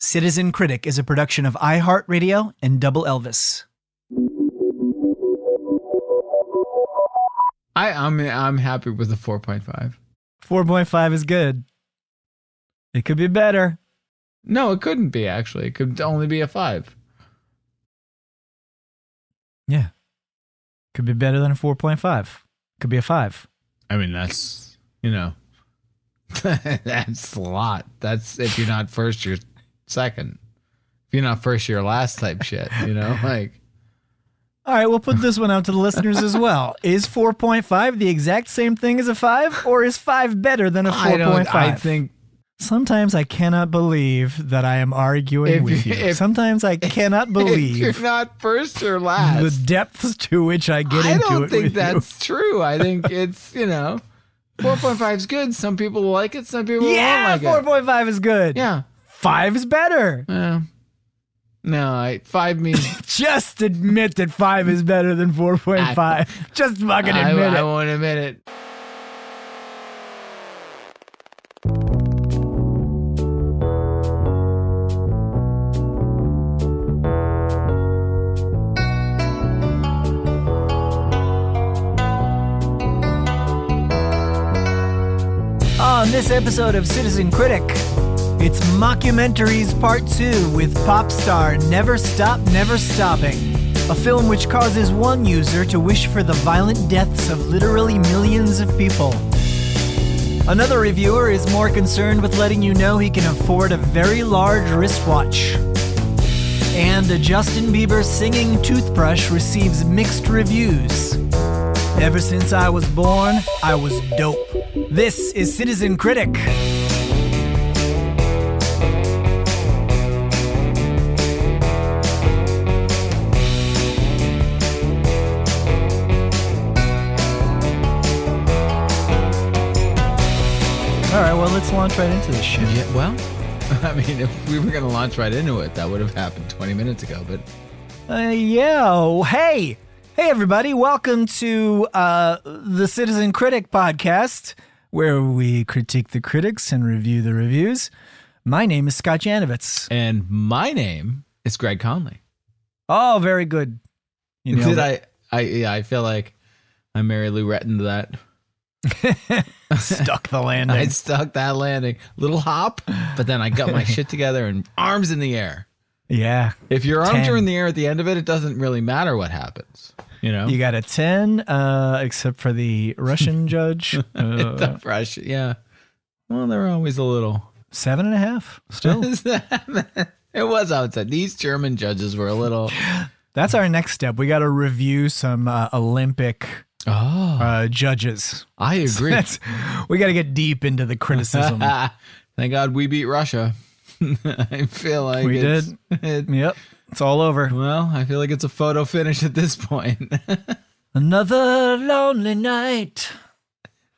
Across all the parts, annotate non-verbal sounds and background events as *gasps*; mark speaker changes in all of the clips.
Speaker 1: Citizen Critic is a production of iHeartRadio and Double Elvis.
Speaker 2: I I'm I'm happy with the 4.5.
Speaker 1: 4.5 is good. It could be better.
Speaker 2: No, it couldn't be actually. It could only be a 5.
Speaker 1: Yeah. Could be better than a 4.5. Could be a 5.
Speaker 2: I mean, that's, you know, *laughs* that's a lot. That's if you're not first, you're second. If you're not first, you're last type shit, you *laughs* know? Like
Speaker 1: All right, we'll put this one out to the listeners as well.
Speaker 2: *laughs*
Speaker 1: Is 4.5 the exact same thing as a 5 or is 5 better than a 4.5?
Speaker 2: I don't I think *laughs*
Speaker 1: Sometimes I cannot believe that I am arguing
Speaker 2: If
Speaker 1: with
Speaker 2: you-
Speaker 1: you.
Speaker 2: if-
Speaker 1: Sometimes I cannot
Speaker 2: *laughs* if you're
Speaker 1: believe
Speaker 2: not first or last.
Speaker 1: the depths to which I get
Speaker 2: I
Speaker 1: into
Speaker 2: don't
Speaker 1: it
Speaker 2: think
Speaker 1: with you.
Speaker 2: that's true. I think it's you know, four point five is good. Some people will like it. Some people
Speaker 1: *laughs* Yeah,
Speaker 2: won't like it.
Speaker 1: 4.5 is good.
Speaker 2: Oh Yeah.
Speaker 1: 5 is better.
Speaker 2: Yeah. No, I, five means
Speaker 1: Just admit that 5 is better than 4.5. Just fucking
Speaker 2: I,
Speaker 1: admit
Speaker 2: I
Speaker 1: it.
Speaker 2: won't admit it.
Speaker 1: On this episode of Citizen Critic, it's Mockumentaries Part 2 with pop star Never Stop Never Stopping, a film which causes one user to wish for the violent deaths of literally millions of people. Another reviewer is more concerned with letting you know he can afford a very large wristwatch. And a Justin Bieber singing toothbrush receives mixed reviews. Ever since I was born, I was dope. This is Citizen Critic. All right, well, let's launch right into this shit.
Speaker 2: Yeah, well, *laughs* I mean, if we were going to launch right into it, that would have happened 20 minutes ago. But
Speaker 1: Uh, yeah. Oh, Hey. Hey, everybody. Welcome to uh, the Citizen Critic podcast, where we critique the critics and review the reviews. My name is Scott Janovitz.
Speaker 2: and my name is Greg Conley.
Speaker 1: Oh, very good. You
Speaker 2: Did
Speaker 1: know,
Speaker 2: I? I yeah, I feel like I'm Mary Lou Retton to that.
Speaker 1: *laughs*
Speaker 2: *laughs*
Speaker 1: stuck the
Speaker 2: I
Speaker 1: landing.
Speaker 2: stuck that landing, little hop, but then I got
Speaker 1: *laughs*
Speaker 2: my shit together and arms in the air.
Speaker 1: yeah.
Speaker 2: If your arms
Speaker 1: Ten.
Speaker 2: are in the air at the end of it, it doesn't really matter what happens. You know,
Speaker 1: You got a 10, uh, except for the Russian judge.
Speaker 2: *laughs* It's
Speaker 1: Uh,
Speaker 2: a fresh, yeah. Well, they're always a little. *laughs*
Speaker 1: seven and a half. Still.
Speaker 2: it was outside. These German judges were a little.
Speaker 1: That's our next step. We got to review some uh, Olympic
Speaker 2: Oh,
Speaker 1: uh, judges. *laughs*
Speaker 2: I agree.
Speaker 1: That's, we got to get deep into the
Speaker 2: *laughs*
Speaker 1: criticism.
Speaker 2: Thank God we beat Russia. *laughs* I feel like
Speaker 1: We
Speaker 2: it's- it-
Speaker 1: Yep. It's all over.
Speaker 2: well, I feel like it's a photo finish at this point. *laughs*
Speaker 1: Another lonely night.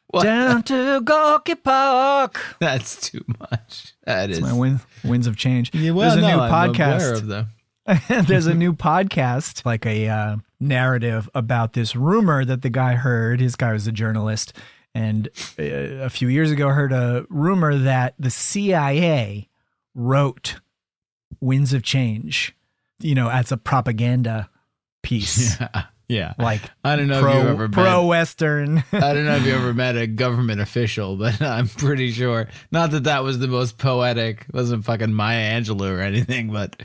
Speaker 2: What?
Speaker 1: Down to Gorky Park.
Speaker 2: That's too much. That is.
Speaker 1: My win- winds of change.
Speaker 2: Yeah, well,
Speaker 1: There's a
Speaker 2: no,
Speaker 1: new
Speaker 2: I'm aware
Speaker 1: *laughs* podcast.
Speaker 2: of them.
Speaker 1: There's a new podcast, like a uh, narrative about this rumor that the guy heard. His guy was a journalist, and uh, a few years ago heard a rumor that the CIA wrote "Winds of Change," you know, as a propaganda piece,
Speaker 2: Yeah. Yeah.
Speaker 1: like
Speaker 2: I don't know if you've
Speaker 1: pro
Speaker 2: ever
Speaker 1: pro Western.
Speaker 2: met. I don't know if you ever met a government official, but *laughs* I'm pretty sure. Not that that was the most poetic. wasn't fucking Maya Angelou or anything, but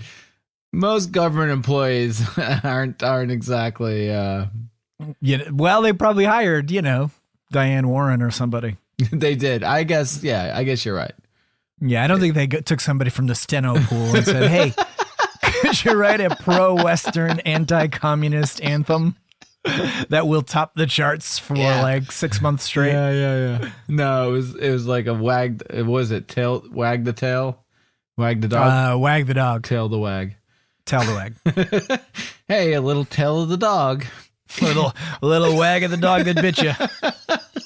Speaker 2: most government employees *laughs* aren't aren't exactly. Uh,
Speaker 1: You know, well, they probably hired, you know, Diane Warren or somebody.
Speaker 2: *laughs* they did. I guess. Yeah. I guess you're right.
Speaker 1: Yeah, I don't think they go- took somebody from the steno pool and said, "Hey, *laughs* could you write a pro-Western, anti-communist anthem that will top the charts for
Speaker 2: Yeah.
Speaker 1: like six months straight?"
Speaker 2: Yeah. Yeah. Yeah. No, it was it was like a wag. It was it tail wag the tail, wag the dog,
Speaker 1: Uh, wag the dog,
Speaker 2: tail the wag.
Speaker 1: tell the wag,
Speaker 2: hey, a little tail of the dog.
Speaker 1: little little wag of the dog that bit you,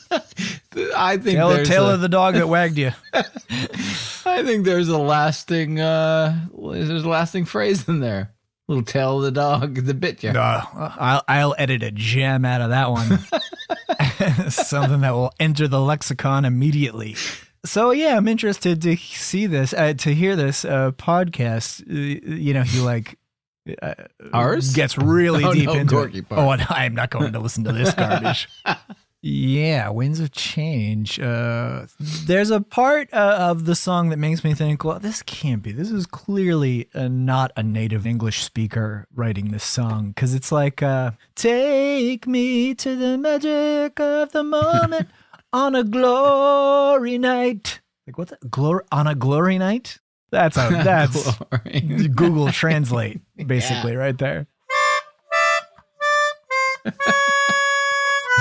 Speaker 2: I think
Speaker 1: tell the
Speaker 2: there's
Speaker 1: tail
Speaker 2: a-
Speaker 1: of the dog that wagged you.
Speaker 2: I think there's a lasting uh there's a lasting phrase in there. Little tail of the dog that bit you.
Speaker 1: No, I'll, I'll edit a gem *laughs* out of that one. Something that will enter the lexicon immediately. So yeah, I'm interested to see this, uh, to hear this uh, podcast. Uh, you know, he like uh,
Speaker 2: Ours? *laughs*
Speaker 1: gets *laughs* really
Speaker 2: Oh,
Speaker 1: deep
Speaker 2: no,
Speaker 1: into
Speaker 2: Gorky
Speaker 1: it.
Speaker 2: part.
Speaker 1: Oh, and I'm not going to listen to *laughs* this garbage. yeah, Winds of Change. Uh, there's a part uh, of the song that makes me think, well, this can't be. This is clearly uh, not a native English speaker writing this song because it's like, uh, "Take me to the magic of the *laughs* moment on a glory night." Like what? The, glory on a glory night? That's *laughs* a that's
Speaker 2: *laughs* Glory.
Speaker 1: *laughs* Google *laughs* Translate, basically, right there.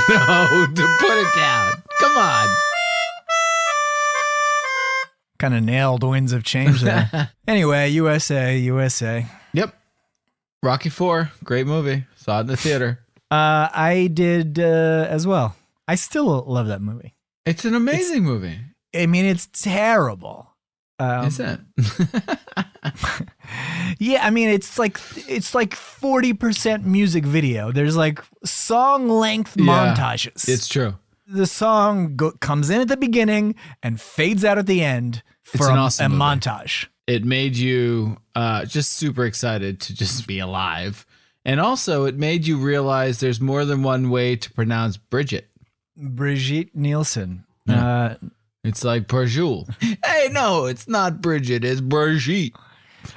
Speaker 2: No, to put it down. Come on.
Speaker 1: Kind of nailed winds of change
Speaker 2: *laughs*
Speaker 1: there. anyway, USA, USA.
Speaker 2: Yep. Rocky Four, great movie. Saw it in the theater.
Speaker 1: Uh, I did uh, as well. I still love that movie.
Speaker 2: It's an amazing movie,
Speaker 1: I mean, it's terrible. Um,
Speaker 2: is it? *laughs*
Speaker 1: yeah, I mean, it's like it's like forty percent music video. There's like song length
Speaker 2: Yeah.
Speaker 1: montages.
Speaker 2: it's true.
Speaker 1: the song go- comes in at the beginning and fades out at the end for
Speaker 2: an
Speaker 1: a,
Speaker 2: awesome
Speaker 1: a
Speaker 2: movie.
Speaker 1: montage.
Speaker 2: It made you uh, just super excited to just be alive. And also, it made you realize there's more than one way to pronounce Bridget.
Speaker 1: Brigitte Nielsen. Uh,
Speaker 2: It's like *laughs* Brajul. hey, no, it's not Bridget. It's Brigitte.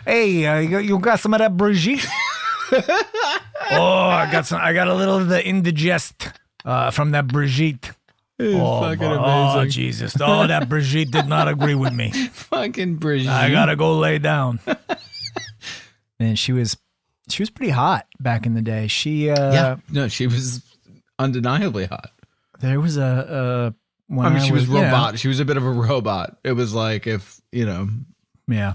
Speaker 1: Hey, uh, you, you got some of that
Speaker 2: *laughs*
Speaker 1: Brigitte? oh, I got some. I got a little of the indigest uh, from that Brigitte. Oh,
Speaker 2: fucking
Speaker 1: my- oh,
Speaker 2: amazing.
Speaker 1: Jesus! Oh, that Brigitte did not agree with
Speaker 2: *laughs*
Speaker 1: me.
Speaker 2: Fucking Brigitte.
Speaker 1: I gotta go lay
Speaker 2: *laughs*
Speaker 1: down. Man, she was she was pretty hot back in the day. She uh,
Speaker 2: yeah. No, she was undeniably hot.
Speaker 1: there was a. Uh, when
Speaker 2: I mean, she was,
Speaker 1: you know,
Speaker 2: robot. She was a bit of a robot. It was like if, you know,
Speaker 1: yeah,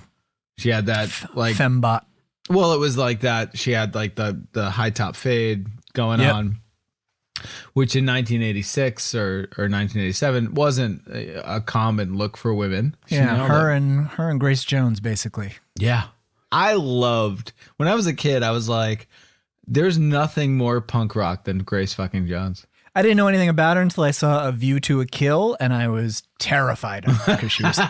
Speaker 2: she had that, like,
Speaker 1: fembot.
Speaker 2: Well, it was like that. She had like the the high top fade going
Speaker 1: Yep.
Speaker 2: on, which in 1986 or or 1987 wasn't a, a common look for women. She
Speaker 1: Yeah,
Speaker 2: nailed
Speaker 1: her
Speaker 2: it.
Speaker 1: and her and Grace Jones basically.
Speaker 2: yeah. I loved when I was a kid. I was like, "There's nothing more punk rock than Grace
Speaker 1: *laughs*
Speaker 2: fucking Jones."
Speaker 1: I didn't know anything about her until I saw A View to a Kill, and I was terrified of her because she
Speaker 2: *laughs*
Speaker 1: was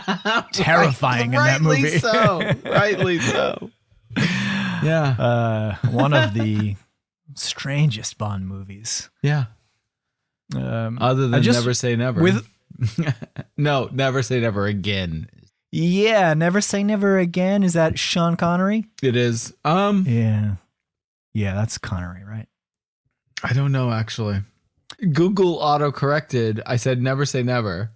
Speaker 1: terrifying in that
Speaker 2: Rightly
Speaker 1: movie.
Speaker 2: so, *laughs* rightly so. Yeah,
Speaker 1: Uh, one of the strangest Bond movies.
Speaker 2: yeah.
Speaker 1: Um,
Speaker 2: Other than
Speaker 1: just-
Speaker 2: never say never.
Speaker 1: with-
Speaker 2: *laughs* no, never say never again.
Speaker 1: yeah, Never Say Never Again. Is that Sean Connery?
Speaker 2: It is. Um.
Speaker 1: Yeah. Yeah, that's Connery, right?
Speaker 2: I don't know actually. Google auto corrected. I said never say never,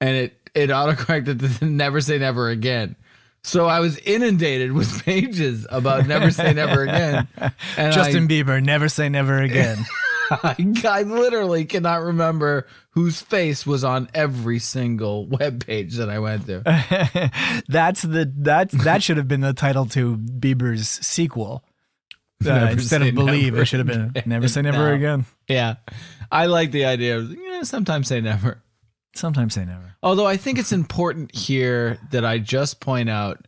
Speaker 2: and it it auto corrected to *laughs* never say never again. So I was inundated with *laughs* pages about never say
Speaker 1: *laughs*
Speaker 2: never again. And
Speaker 1: Justin
Speaker 2: Justin,
Speaker 1: Bieber, Never Say Never Again.
Speaker 2: *laughs*
Speaker 1: *laughs*
Speaker 2: I, *laughs* I literally cannot remember whose face was on every single web page that I went
Speaker 1: Uh,
Speaker 2: to.
Speaker 1: that's the that's that should have been the title to Bieber's sequel. Uh,
Speaker 2: *laughs* Never
Speaker 1: instead
Speaker 2: Say
Speaker 1: of believe,
Speaker 2: Never
Speaker 1: it should have been
Speaker 2: Again.
Speaker 1: never say never
Speaker 2: No.
Speaker 1: again.
Speaker 2: *laughs* Yeah, I like the idea. Of, yeah, sometimes say never.
Speaker 1: Sometimes say never.
Speaker 2: Although I think it's important here that I just point out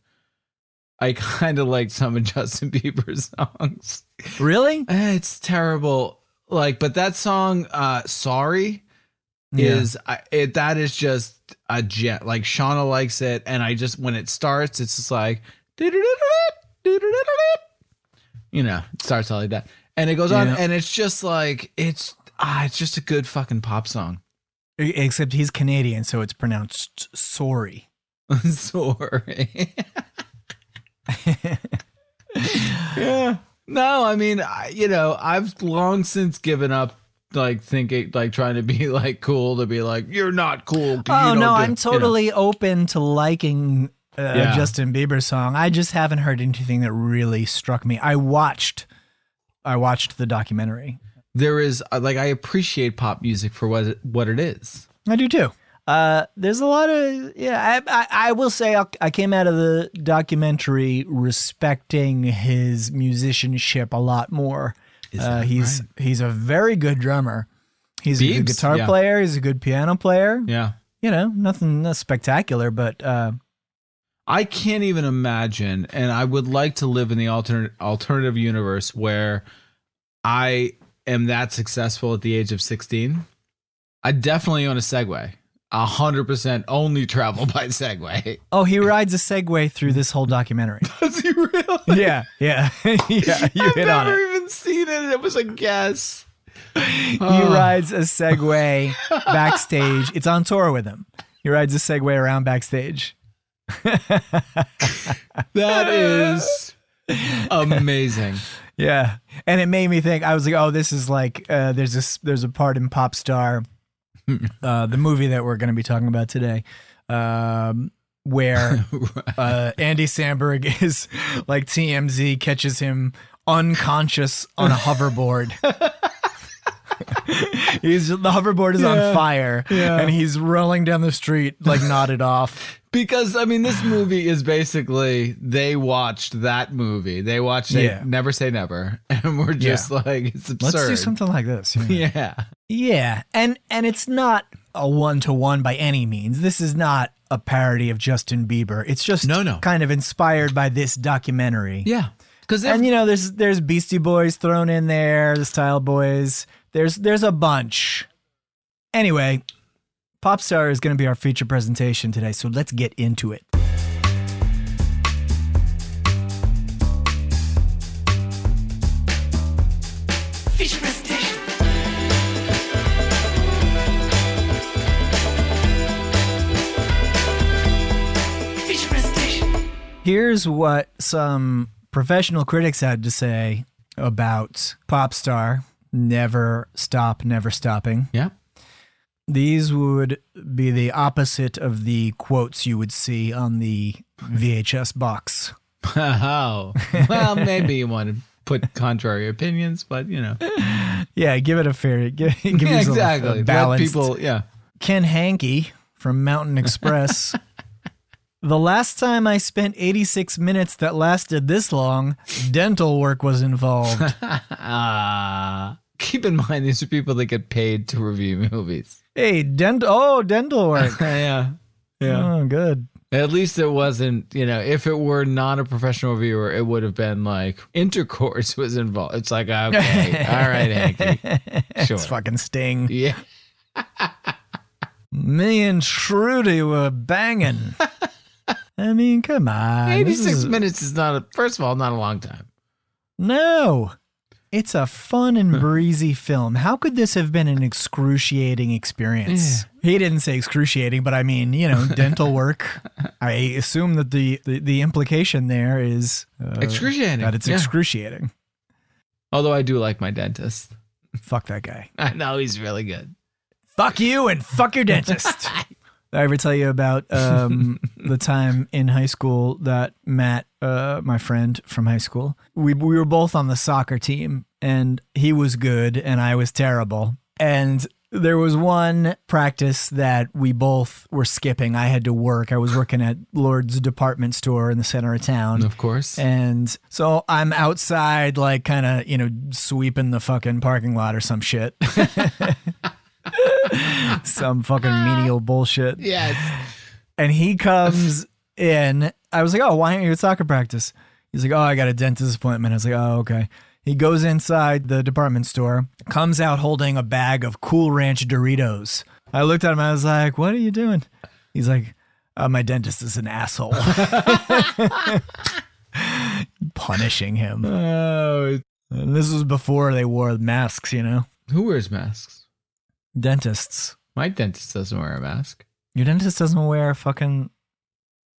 Speaker 2: I *laughs* kind of like some of Justin Bieber's *laughs* songs.
Speaker 1: Really?
Speaker 2: Eh, It's terrible. Like, but that song, uh, Sorry, is I, it, that is just a jet. Like, Shauna likes it. And I just, when it starts, it's just like, *laughs* you know, it starts out like that. And it goes on.
Speaker 1: Yeah.
Speaker 2: And it's just like, it's, ah, it's just a good fucking pop song.
Speaker 1: E- except he's Canadian, so it's pronounced sorry.
Speaker 2: *laughs*
Speaker 1: *laughs*
Speaker 2: Sorry. yeah. No, I mean, I, you know, I've long since given up like thinking, like trying to be *laughs* like cool to be like, you're not cool. 'cause you
Speaker 1: Oh
Speaker 2: don't
Speaker 1: no,
Speaker 2: do-"
Speaker 1: I'm
Speaker 2: you know.
Speaker 1: totally open to liking uh,
Speaker 2: Yeah.
Speaker 1: a Justin Bieber song. I just haven't heard anything that really struck me. I watched, I watched the documentary.
Speaker 2: There is uh, like, I appreciate pop music for what it, what it is.
Speaker 1: I do too. Uh, there's a lot of yeah. I I, I will say I'll, I came out of the documentary respecting his musicianship a lot more.
Speaker 2: Is
Speaker 1: Uh,
Speaker 2: that
Speaker 1: he's he's a very good drummer. He's a good
Speaker 2: Biebs?
Speaker 1: guitar
Speaker 2: Yeah.
Speaker 1: player. He's a good piano player.
Speaker 2: Yeah.
Speaker 1: You know, nothing that's spectacular, but uh,
Speaker 2: I can't even imagine, and I would like to live in the alternate alternative universe where I am that successful at the age of sixteen. I definitely own a Segway. hundred percent only travel by Segway. *laughs*
Speaker 1: Oh, he rides a Segway through this whole documentary.
Speaker 2: Does he really?
Speaker 1: yeah, yeah, *laughs* yeah. You
Speaker 2: I've
Speaker 1: hit on
Speaker 2: never
Speaker 1: it.
Speaker 2: even seen it. It was a guess.
Speaker 1: He rides a Segway backstage. It's on tour with him. He rides a Segway around backstage. *laughs*
Speaker 2: That is amazing.
Speaker 1: Yeah, and it made me think. I was like, "Oh, this is like uh, there's this there's a part in Pop *laughs* Star, uh, the movie that we're going to be talking about today, um, *laughs* where uh, Andy Samberg *laughs* is like TMZ catches him unconscious on a *laughs* hoverboard. he's the hoverboard is
Speaker 2: Yeah.
Speaker 1: on fire,
Speaker 2: Yeah.
Speaker 1: and he's rolling down the street like nodded off.
Speaker 2: Because I mean, this
Speaker 1: *sighs*
Speaker 2: movie is basically they watched that movie. They watched Say-
Speaker 1: Yeah.
Speaker 2: Never Say Never, *laughs* and we're just like, it's absurd.
Speaker 1: Let's do
Speaker 2: *laughs*
Speaker 1: something like *laughs* this. Yeah.
Speaker 2: Yeah,
Speaker 1: Yeah, and and it's not a one to one by any means. This is not a parody of Justin Bieber. It's just
Speaker 2: No, no.
Speaker 1: kind of inspired by this documentary.
Speaker 2: yeah. Because
Speaker 1: And you know, there's there's Beastie Boys thrown in there, the Style Boys. There's there's a bunch. Anyway, Popstar is going to be our feature presentation today, so let's get into it. Here's what some professional critics had to say about Popstar Never Stop, Never Stopping.
Speaker 2: yeah,
Speaker 1: These would be the opposite of the quotes you would see on the VHS box.
Speaker 2: *laughs* oh, well, maybe you want to put contrary opinions, but you know,
Speaker 1: Yeah, give it a fair, *laughs* give, give
Speaker 2: yeah,
Speaker 1: yourself
Speaker 2: exactly.
Speaker 1: a
Speaker 2: Let
Speaker 1: balanced.
Speaker 2: people, yeah,
Speaker 1: Ken Hankey from Mountain
Speaker 2: *laughs*
Speaker 1: Express. the last time I spent 86 minutes that lasted this long, dental work was involved.
Speaker 2: *laughs* uh, keep in mind these are people that get paid to review *laughs* movies.
Speaker 1: hey, dental, oh, dental work.
Speaker 2: yeah, *laughs* yeah.
Speaker 1: Oh, good.
Speaker 2: *laughs* At least it wasn't, you know, if it were not a professional viewer, it would have been like intercourse *laughs* was involved. It's like, okay, *laughs* all right, Hanky.
Speaker 1: *laughs*
Speaker 2: Sure.
Speaker 1: It's fucking Sting.
Speaker 2: Yeah.
Speaker 1: Me and Trudy were
Speaker 2: *laughs*
Speaker 1: banging. I mean, come on. this
Speaker 2: 86
Speaker 1: is-
Speaker 2: minutes is not, a, first of all, not a long time.
Speaker 1: No. It's a fun and breezy film. How could this have been an excruciating experience? He didn't say excruciating, but I mean, you
Speaker 2: *laughs*
Speaker 1: know, dental work. I assume that the, the, the implication there is uh,
Speaker 2: Excruciating.
Speaker 1: that it's
Speaker 2: Yeah.
Speaker 1: excruciating.
Speaker 2: Although I do like my dentist. *laughs*
Speaker 1: Fuck that guy.
Speaker 2: I know he's really good.
Speaker 1: Fuck you and fuck your dentist. Did I ever tell you about um, the time in high school that Matt, uh, my friend from high school, we we were both on the soccer team, and he was good and I was terrible. And there was one practice that we both were skipping. I had to work. I was working at Lord's department store in the center of town.
Speaker 2: Of course.
Speaker 1: And so I'm outside, like kind of, you know, sweeping the fucking parking lot or some shit. *laughs* some fucking menial bullshit.
Speaker 2: *laughs* yes.
Speaker 1: And he comes in. I was like, oh, why aren't you at soccer practice? He's like, oh, I got a dentist appointment. I was like, oh, okay. He goes inside the department store, comes out holding a bag of Cool Ranch Doritos. I looked at him. I was like, what are you doing? He's like, uh, my dentist is an asshole. *laughs* Punishing him.
Speaker 2: Oh,
Speaker 1: And this was before they wore masks, you know?
Speaker 2: who wears masks?
Speaker 1: Dentists.
Speaker 2: My dentist doesn't wear a mask.
Speaker 1: Your dentist doesn't wear a fucking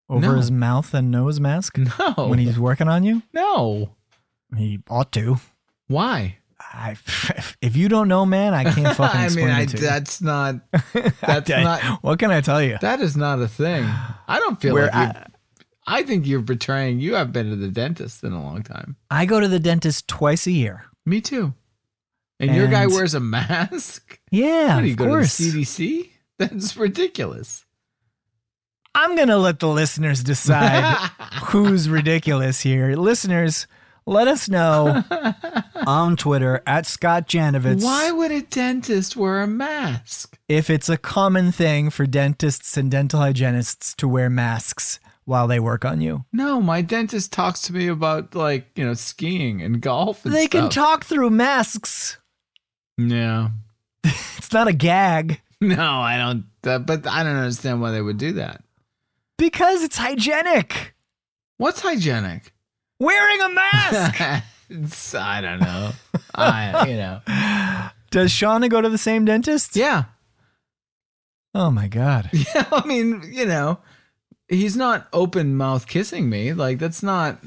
Speaker 1: over
Speaker 2: No.
Speaker 1: his mouth and nose mask?
Speaker 2: No.
Speaker 1: when he's working on you?
Speaker 2: no.
Speaker 1: He ought to.
Speaker 2: Why?
Speaker 1: I, if you don't know, man, I
Speaker 2: *laughs*
Speaker 1: can't fucking
Speaker 2: I
Speaker 1: explain
Speaker 2: mean, I,
Speaker 1: it to
Speaker 2: that's *laughs* not,
Speaker 1: you. *laughs*
Speaker 2: that's
Speaker 1: I-
Speaker 2: not,
Speaker 1: What can I tell you?
Speaker 2: That is not a thing. I don't feel
Speaker 1: Where
Speaker 2: like you. I think you're betraying. You have been to the dentist in a long time.
Speaker 1: I go to the dentist twice a year.
Speaker 2: Me too. And, your guy
Speaker 1: And-
Speaker 2: wears
Speaker 1: *laughs*
Speaker 2: a mask.
Speaker 1: Yeah,
Speaker 2: What do you
Speaker 1: of
Speaker 2: go
Speaker 1: course.
Speaker 2: to the CDC? *laughs* That's ridiculous.
Speaker 1: I'm gonna let the listeners
Speaker 2: *laughs*
Speaker 1: decide who's ridiculous here. Listeners, let us
Speaker 2: *laughs*
Speaker 1: know on Twitter at Scott Janovitz
Speaker 2: Why would a dentist wear a mask?
Speaker 1: if it's a common thing for dentists and dental hygienists to wear masks while they work on you.
Speaker 2: No, my dentist talks to me about like you know skiing and golf. And
Speaker 1: They can
Speaker 2: stuff.
Speaker 1: talk through masks.
Speaker 2: Yeah. *laughs*
Speaker 1: It's not a gag.
Speaker 2: No, I don't. Uh, but I don't understand why they would do that.
Speaker 1: Because it's hygienic.
Speaker 2: What's hygienic?
Speaker 1: Wearing a
Speaker 2: *laughs*
Speaker 1: mask. *laughs*
Speaker 2: It's- I don't know. I, you know.
Speaker 1: Does Shauna go to the same dentist?
Speaker 2: *laughs* Yeah. *laughs*
Speaker 1: Oh my god.
Speaker 2: Yeah. I mean, you know, he's not open mouth kissing me. Like, that's not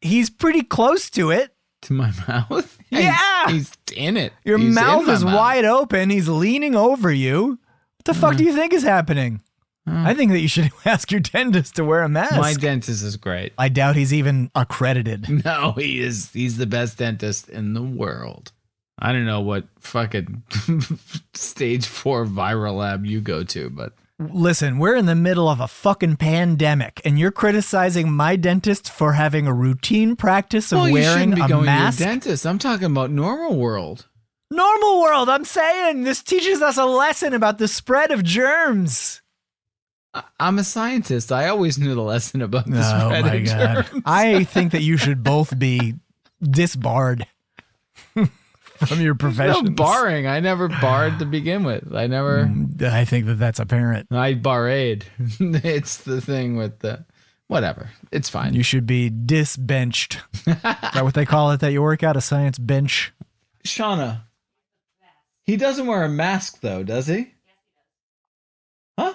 Speaker 1: He's pretty close to it.
Speaker 2: to my *laughs* mouth.
Speaker 1: Yeah.
Speaker 2: He's, he's in it.
Speaker 1: Your
Speaker 2: He's in
Speaker 1: mouth
Speaker 2: my
Speaker 1: is wide open. He's leaning over you. What the
Speaker 2: Uh.
Speaker 1: fuck do you think is happening?
Speaker 2: Mm.
Speaker 1: I think that you should *laughs* ask your dentist to wear a mask.
Speaker 2: My dentist is great. *laughs*
Speaker 1: I doubt he's even accredited.
Speaker 2: No, he is. He's the best dentist in the world. I don't know what fucking *laughs* stage four viral lab you go to, but
Speaker 1: Listen, we're in the middle of a fucking pandemic, and you're criticizing my dentist for having a routine practice of
Speaker 2: you
Speaker 1: wearing
Speaker 2: shouldn't be
Speaker 1: a
Speaker 2: going
Speaker 1: mask.
Speaker 2: to a dentist. I'm talking about normal world.
Speaker 1: Normal world, I'm saying this teaches us a lesson about the spread of germs.
Speaker 2: I- I'm a scientist. I always knew the lesson about the
Speaker 1: Oh
Speaker 2: spread of germs.
Speaker 1: I think that you should both be
Speaker 2: *laughs*
Speaker 1: disbarred from your
Speaker 2: *laughs* No
Speaker 1: profession.
Speaker 2: barring. I never barred to begin with. I never.
Speaker 1: I think that that's apparent.
Speaker 2: I barred. *laughs* it's the thing with the whatever. It's fine.
Speaker 1: You should be disbenched.
Speaker 2: *laughs*
Speaker 1: Is that what they call it that you work out? A science bench? *laughs*
Speaker 2: Shauna. He doesn't wear a mask though, does he? Huh?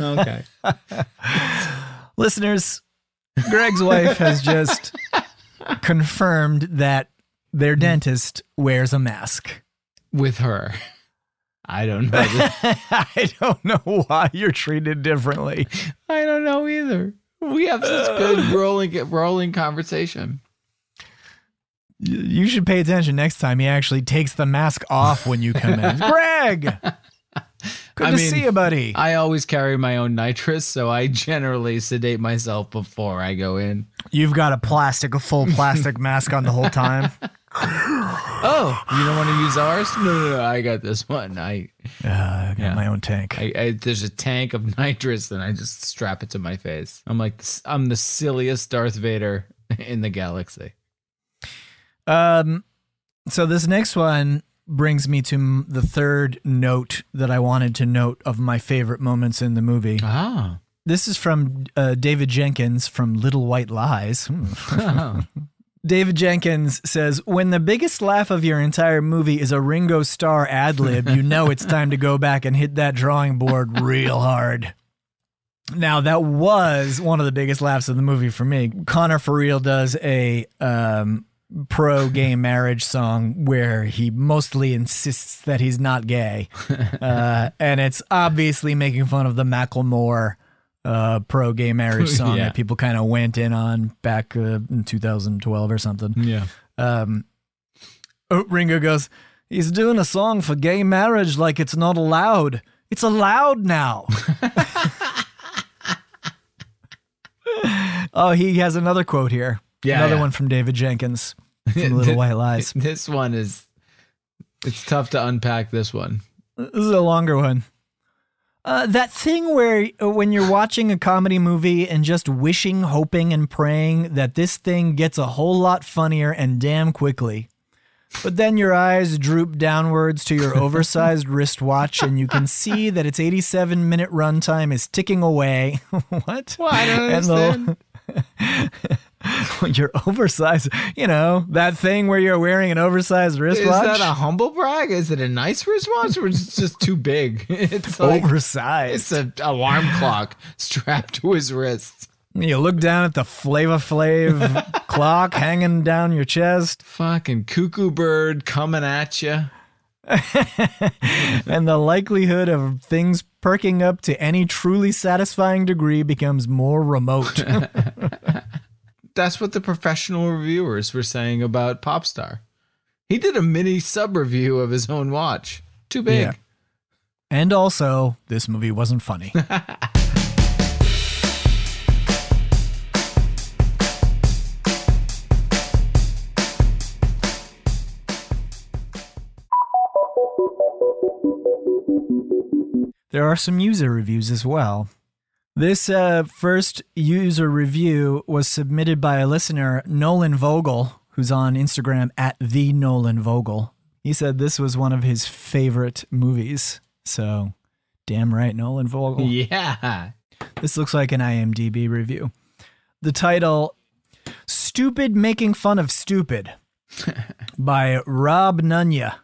Speaker 2: Okay.
Speaker 1: Listeners, Greg's wife has
Speaker 2: *laughs*
Speaker 1: just confirmed that their
Speaker 2: Hmm.
Speaker 1: dentist wears a mask.
Speaker 2: *laughs*
Speaker 1: *laughs*
Speaker 2: With her. I don't know.
Speaker 1: I don't know why you're treated differently.
Speaker 2: I don't know either. We have such good rolling rolling conversation.
Speaker 1: Y- You should pay attention next time he actually takes the mask off when you come
Speaker 2: *laughs*
Speaker 1: in. Greg! Good
Speaker 2: I
Speaker 1: to
Speaker 2: mean,
Speaker 1: see you, buddy.
Speaker 2: I always carry my own nitrous, so I generally sedate myself before I go in.
Speaker 1: You've got a plastic, a full plastic
Speaker 2: *laughs*
Speaker 1: mask on the whole time.
Speaker 2: Oh, *gasps* you don't want to use ours? No, no, no. I got this one. I,
Speaker 1: Uh, I got
Speaker 2: Yeah.
Speaker 1: my own tank.
Speaker 2: I, I there's a tank of *laughs* nitrous, and I just strap it to my face. I'm like, this- I'm the silliest Darth Vader *laughs* in the galaxy.
Speaker 1: Um, so this next one brings me to m- the third note that I wanted to note of my favorite moments in the movie.
Speaker 2: Ah, *laughs*
Speaker 1: This is from uh, David Jenkins from Little White Lies. Hmm. David Jenkins says, "When the biggest laugh of your entire movie is a Ringo Starr ad lib, you know it's time to go back and hit that drawing board real hard." Now that was one of the biggest laughs of the movie for me. Connor for real does a um, pro gay marriage song where he mostly insists that he's not gay, uh, and it's obviously making fun of the Macklemore uh, pro gay marriage song
Speaker 2: Yeah.
Speaker 1: that people kind of went in on back uh, in 2012 or something.
Speaker 2: yeah.
Speaker 1: Um, oh, Ringo goes, he's doing a song for gay marriage like it's not allowed. It's allowed now. *laughs* oh, he has another quote here.
Speaker 2: Yeah,
Speaker 1: another
Speaker 2: yeah.
Speaker 1: one from David Jenkins *laughs* from Little White Lies.
Speaker 2: This one is. It's tough to unpack this one.
Speaker 1: This is a longer one. Uh, that thing where uh, when you're watching a comedy movie and just wishing, hoping, and praying that this thing gets a whole lot funnier and damn quickly. But then your eyes droop downwards to your
Speaker 2: *laughs*
Speaker 1: oversized wristwatch, and you can see that its 87 minute runtime is ticking away. *laughs* what?
Speaker 2: Well, I *laughs* don't
Speaker 1: And the-
Speaker 2: understand.
Speaker 1: *laughs* your oversized, you know, that thing where you're wearing an oversized
Speaker 2: Is
Speaker 1: wristwatch?
Speaker 2: that a humble brag? Is it a nice wristwatch, or is it just too big? *laughs* It's like
Speaker 1: oversized.
Speaker 2: it's an alarm clock strapped to his wrist.
Speaker 1: You look down at the Flava Flav clock hanging down your
Speaker 2: *laughs*
Speaker 1: chest,
Speaker 2: Fucking cuckoo bird coming at you.
Speaker 1: and the likelihood of things perking up to any truly satisfying degree becomes more remote.
Speaker 2: That's what the professional reviewers were saying about Popstar. He did a mini sub review of his own watch. Too big.
Speaker 1: Yeah. and also, this movie wasn't funny. There are some user reviews as well. This uh, first user review was submitted by a listener, Nolan Vogel, who's on Instagram at the Nolan Vogel. He said this was one of his favorite movies. So, damn right, Nolan Vogel.
Speaker 2: *laughs* Yeah.
Speaker 1: This looks like an IMDb review. The title Stupid Making Fun of
Speaker 2: *laughs*
Speaker 1: Stupid by Rob Nunya.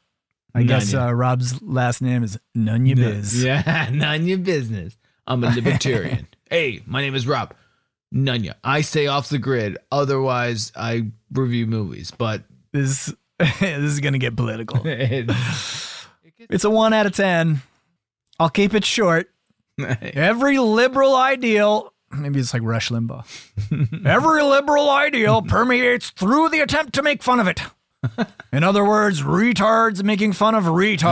Speaker 1: I guess
Speaker 2: Nunya.
Speaker 1: uh, Rob's last name is Nunya Biz.
Speaker 2: Yeah, none your business. I'm a libertarian. hey, my name is Rob. None ya. I stay off the grid. Otherwise, I review movies. But *laughs*
Speaker 1: This, *laughs* this is going to get political.
Speaker 2: it's-
Speaker 1: It's a one out of 10. I'll keep it short. Every liberal ideal, maybe it's like Rush Limbaugh.
Speaker 2: *laughs*
Speaker 1: Every liberal ideal permeates through the attempt to make fun of
Speaker 2: *laughs*
Speaker 1: it. In other words, retards making fun of retards.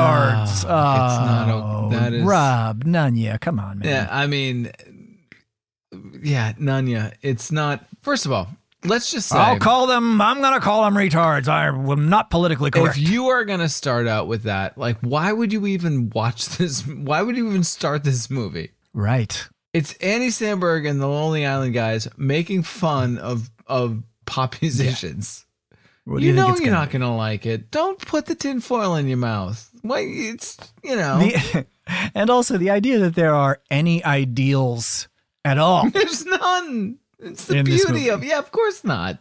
Speaker 2: Ah, it's not
Speaker 1: Oh,
Speaker 2: o- that is-
Speaker 1: Rob Nunya. Come on, man.
Speaker 2: yeah, I mean, yeah, Nanya. It's not. First of all, let's just say
Speaker 1: I'll call them. I'm gonna call them retards. I am not politically correct.
Speaker 2: if you are gonna start out with that, like, why would you even watch *laughs* this? Why would you even start this movie?
Speaker 1: right.
Speaker 2: It's Andy Sandberg and the Lonely Island guys making fun of of pop musicians.
Speaker 1: What
Speaker 2: you, know
Speaker 1: it's
Speaker 2: you're
Speaker 1: gonna
Speaker 2: not gonna like it. Don't put the tin foil in your mouth. Why? It's you know.
Speaker 1: be? The- *laughs* and also the idea that there are any ideals at all.
Speaker 2: *laughs* there's none. It's the
Speaker 1: In this
Speaker 2: beauty of yeah. Of course not.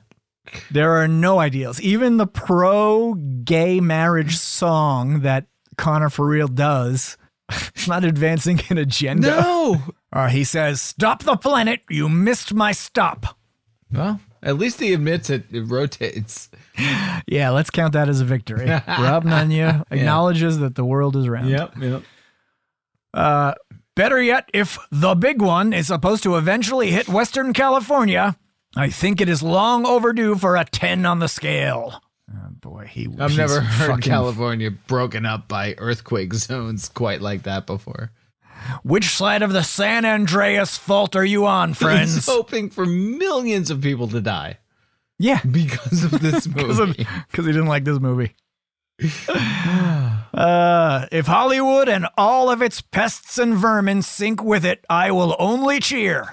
Speaker 1: There are no ideals. Even the pro gay marriage song that Connor for real does, it's not advancing an agenda.
Speaker 2: No.
Speaker 1: Or he says, Stop the planet, you missed my stop.
Speaker 2: well, at least he admits it. It rotates.
Speaker 1: Yeah, let's count that as a victory. Rob Nunya acknowledges that the world is round.
Speaker 2: Yep.
Speaker 1: Uh, better yet, if the big one is supposed to eventually hit Western California, I think it is long overdue for a 10 on the scale. Oh boy, he
Speaker 2: I've
Speaker 1: he's
Speaker 2: never heard
Speaker 1: fucking
Speaker 2: California broken up by earthquake zones quite like that before.
Speaker 1: Which side of the San Andreas fault are you on,
Speaker 2: He's *laughs*
Speaker 1: friends?
Speaker 2: hoping for millions of people to die
Speaker 1: yeah,
Speaker 2: because of this movie.
Speaker 1: *laughs* because he didn't like this *sighs* movie. uh, if Hollywood and all of its pests and vermin sink with it, I will only *laughs* cheer.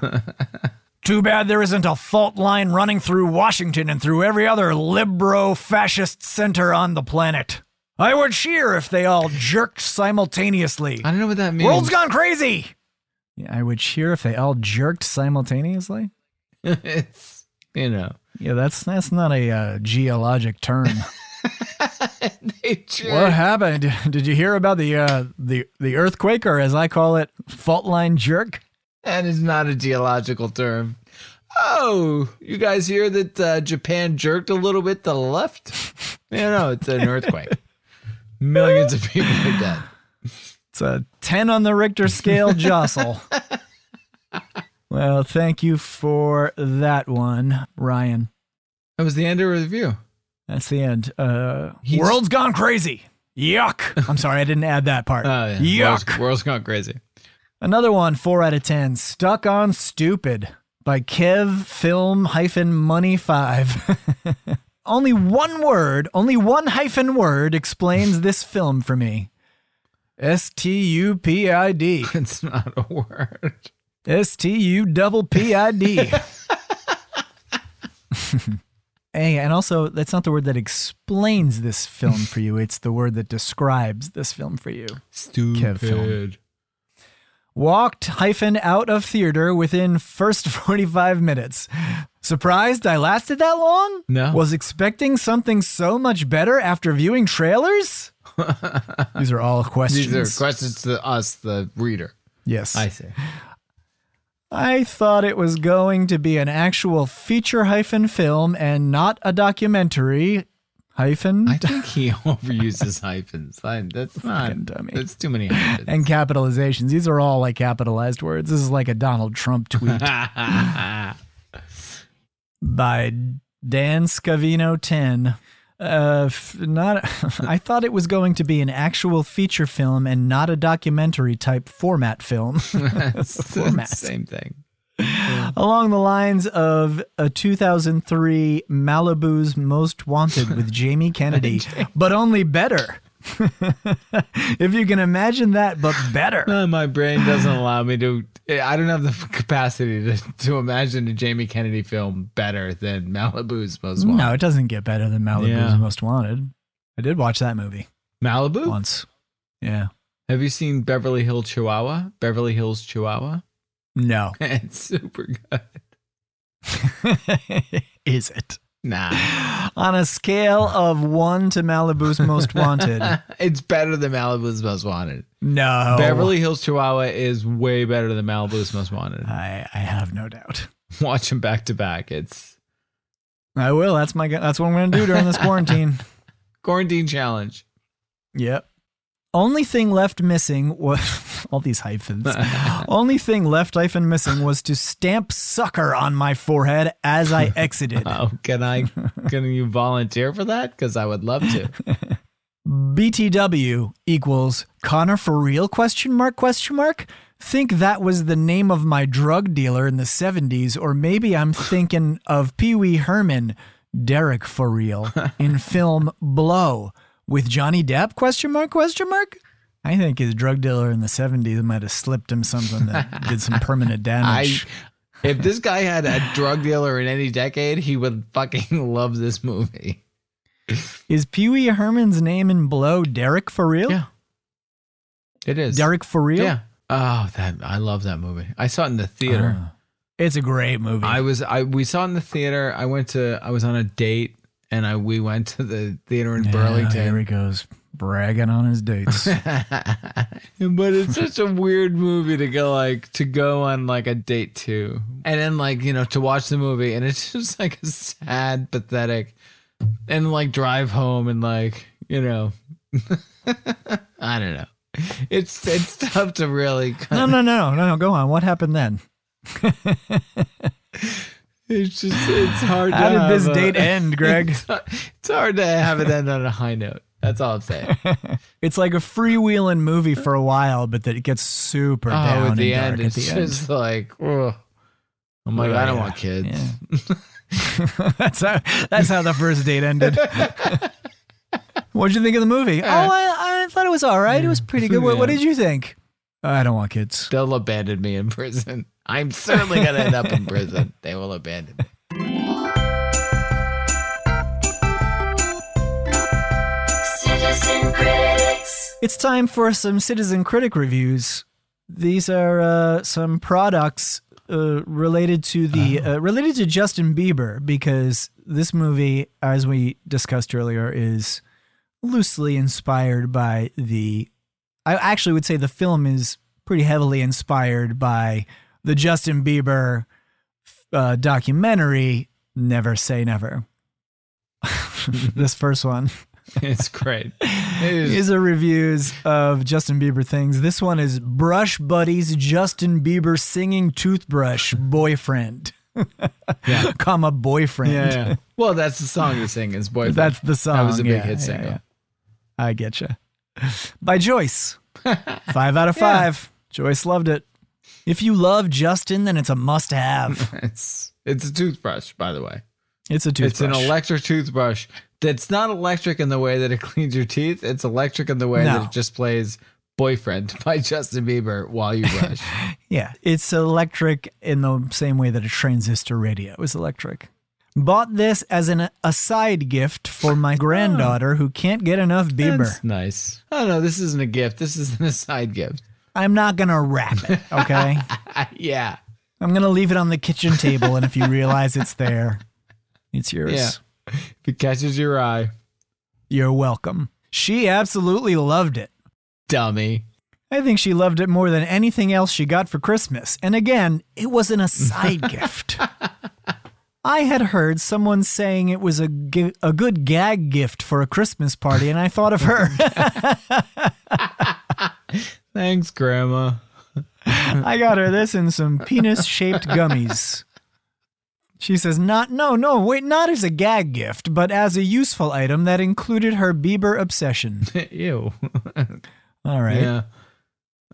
Speaker 1: Too bad there isn't a fault line running through Washington and through every other libro fascist center on the planet. I would cheer if they all jerked simultaneously.
Speaker 2: I don't know what that means.
Speaker 1: World's gone crazy! Yeah, I would cheer if they all jerked simultaneously.
Speaker 2: *laughs* it's you know.
Speaker 1: Yeah, that's that's not a uh, geologic term.
Speaker 2: They cheer
Speaker 1: what happened? *laughs* Did you hear about the uh, the the earthquake, or as I call it, fault line jerk?
Speaker 2: That is not a geological term. Oh, you guys hear that uh, Japan jerked a little bit to the left? You know, it's an
Speaker 1: *laughs*
Speaker 2: earthquake. Millions of people are dead.
Speaker 1: It's a ten on the Richter
Speaker 2: *laughs*
Speaker 1: scale jostle. well, thank you for that one, Ryan.
Speaker 2: That was the end of the review.
Speaker 1: That's the end. Uh,
Speaker 2: He's-
Speaker 1: world's gone crazy. Yuck! I'm sorry, I didn't add that part.
Speaker 2: Oh, yeah.
Speaker 1: Yuck!
Speaker 2: World's, world's gone crazy. *laughs*
Speaker 1: Another one, four out of ten. Stuck on Stupid by Kev Film hyphen Money Five. *laughs* only one word, only one hyphen word explains this film for me. S T U P I D.
Speaker 2: It's not a word.
Speaker 1: S T U double P I D. Hey, and also that's not the word that explains this film for you. It's the word that describes this film for you.
Speaker 2: *laughs* Stupid.
Speaker 1: Walked hyphen out of theater within first *laughs* 45 minutes. Surprised I lasted that long?
Speaker 2: No.
Speaker 1: Was expecting something so much better after viewing
Speaker 2: *laughs*
Speaker 1: trailers? These are all questions.
Speaker 2: These are questions to us, the reader.
Speaker 1: yes.
Speaker 2: I see.
Speaker 1: I thought it was going to be an actual feature hyphen film and not a documentary hyphen
Speaker 2: I think he *laughs* overuses hyphens. I, that's
Speaker 1: Fucking
Speaker 2: not.
Speaker 1: dummy.
Speaker 2: That's too many hyphens. *laughs*
Speaker 1: and capitalizations. These are all like capitalized words. This is like a Donald Trump
Speaker 2: *laughs*
Speaker 1: tweet by Dan Scavino 10. Uh, f- not. *laughs* I thought it was going to be an actual feature film and not a documentary type format film.
Speaker 2: Hmm. *laughs* It's the
Speaker 1: Format.
Speaker 2: Same thing.
Speaker 1: *laughs* along the lines of a 2003 Malibu's Most Wanted
Speaker 2: *laughs*
Speaker 1: with Jamie Kennedy, but only better. *laughs* if you can imagine that, but better.
Speaker 2: Uh, my brain doesn't allow me to. I don't have the *laughs* capacity to, to imagine a Jamie Kennedy film better than Malibu's Most Wanted.
Speaker 1: No, it doesn't get better than Malibu's
Speaker 2: Yeah.
Speaker 1: Most Wanted. I did watch that movie.
Speaker 2: Malibu?
Speaker 1: once. Yeah.
Speaker 2: Have you seen Beverly Hill Chihuahua? Beverly Hills Chihuahua? *laughs*
Speaker 1: No.
Speaker 2: It's super good.
Speaker 1: Is it?
Speaker 2: Nah.
Speaker 1: On a scale of one to Malibu's *laughs* Most Wanted.
Speaker 2: *laughs*
Speaker 1: Oh,
Speaker 2: it's better than Malibu's Most Wanted.
Speaker 1: No.
Speaker 2: Beverly Hills Chihuahua is way better than Malibu's Most Wanted.
Speaker 1: I, I have no doubt.
Speaker 2: *laughs* Watch them back to back. It's
Speaker 1: I will. That's my. That's what I'm going to do during this quarantine.
Speaker 2: quarantine challenge.
Speaker 1: Yep. Only thing left missing was *laughs* all these hyphens. Only thing left hyphen missing was to stamp sucker on my forehead as I exited.
Speaker 2: Oh,
Speaker 1: *laughs*
Speaker 2: can I? Can you volunteer for that? Because I would love to.
Speaker 1: BTW equals Connor for real question mark question mark. Think that was the name of my drug dealer in the 70s, or maybe I'm thinking of Pee Wee Herman, Derek for real,
Speaker 2: *laughs*
Speaker 1: in film Blow with Johnny Depp question mark question mark. I think his drug dealer in the 70s might have slipped him something that did some
Speaker 2: *laughs*
Speaker 1: permanent
Speaker 2: I.
Speaker 1: damage.
Speaker 2: If this guy had a drug dealer in any decade, he would fucking *laughs* love this movie.
Speaker 1: Is Pee Wee Herman's name in Blow Derek for real?
Speaker 2: Yeah. It is.
Speaker 1: Derek for real?
Speaker 2: Yeah. Oh, that I love that movie. I saw it in the theater.
Speaker 1: Uh, it's a great movie.
Speaker 2: I was I we saw it in the theater. I went to I was on a date and I we went to the theater in
Speaker 1: Yeah, Here
Speaker 2: Burlington.
Speaker 1: he goes, bragging on his *laughs* dates.
Speaker 2: *laughs* but it's such a weird movie to go like to go on like a date to. And then like, you know, to watch the movie and it's *laughs* just like a sad, pathetic and like drive home and like, you know, *laughs* I don't know. It's it's *laughs* tough to really
Speaker 1: no, no, no, no, no. Go on. What happened then?
Speaker 2: It's just it's hard.
Speaker 1: How
Speaker 2: to
Speaker 1: did this
Speaker 2: have a- *laughs*
Speaker 1: date end, *laughs* Greg?
Speaker 2: It's, it's hard to have it end on a high note. That's all I'm saying.
Speaker 1: It's like a freewheeling movie for a while, but that it gets super
Speaker 2: oh,
Speaker 1: down
Speaker 2: at the
Speaker 1: and dark
Speaker 2: end, it's
Speaker 1: at the
Speaker 2: just like, oh, I'm like, I don't
Speaker 1: Yeah,
Speaker 2: want kids.
Speaker 1: end. *laughs* that's how that's how the first date
Speaker 2: *laughs*
Speaker 1: ended. What'd you think of the movie? Oh, I, I thought it was all right. It was pretty good. What, what
Speaker 2: Uh, Yeah.
Speaker 1: did you think? I don't want kids.
Speaker 2: They'll abandon me in prison. I'm certainly gonna end
Speaker 1: *laughs*
Speaker 2: up in prison. They will abandon me.
Speaker 3: Citizen Critics.
Speaker 1: It's time for some citizen critic reviews. These are uh, some products uh, related to the uh, related to Justin Bieber because this movie, as we discussed earlier, is loosely inspired by the. I actually would say the film is pretty heavily inspired by the Justin Bieber uh, documentary "Never Say Never." *laughs* this first one
Speaker 2: It's great. It is-
Speaker 1: is a reviews of Justin Bieber things. This one is Brush Buddies Justin Bieber singing toothbrush boyfriend. *laughs*
Speaker 2: Yeah.
Speaker 1: Comma boyfriend.
Speaker 2: *laughs* yeah, yeah. Well, that's the song you sing. Is
Speaker 1: *laughs*
Speaker 2: boyfriend.
Speaker 1: That's the song.
Speaker 2: that was a big
Speaker 1: Yeah,
Speaker 2: hit
Speaker 1: yeah,
Speaker 2: single.
Speaker 1: yeah. I get you. By Joyce. five out of five. Joyce loved it. If you love Justin, then it's a must have.
Speaker 2: *laughs* It's it's a toothbrush, by the way.
Speaker 1: It's a toothbrush.
Speaker 2: It's an electric toothbrush that's not electric in the way that it *laughs* cleans your teeth. It's electric in the way
Speaker 1: No.
Speaker 2: that it just plays Boyfriend *laughs* by Justin Bieber while you brush.
Speaker 1: Yeah, it's electric in the same way that a transistor radio is electric. Bought this as an a side gift for
Speaker 2: *laughs*
Speaker 1: my granddaughter who can't get enough *laughs* Bieber.
Speaker 2: Oh. That's nice. Oh no, this isn't a gift. This is an aside gift. *laughs*
Speaker 1: I'm not gonna wrap it, okay?
Speaker 2: Ah, yeah.
Speaker 1: I'm gonna leave it on the kitchen table, and if you realize it's there, it's yours.
Speaker 2: Yeah. If it catches your eye,
Speaker 1: You're welcome. She absolutely loved it.
Speaker 2: dummy.
Speaker 1: I think she loved it more than anything else she got for Christmas. And again, it wasn't a side gift. I had heard someone saying it was a, gi- a good gag gift for a Christmas party, and I thought of her. *laughs*
Speaker 2: Thanks, Grandma. *laughs*
Speaker 1: I got her this and some penis shaped gummies. She says, not, no, no, wait, not as a gag gift, but as a useful item that included her Bieber obsession.
Speaker 2: Ew.
Speaker 1: All right.
Speaker 2: Yeah.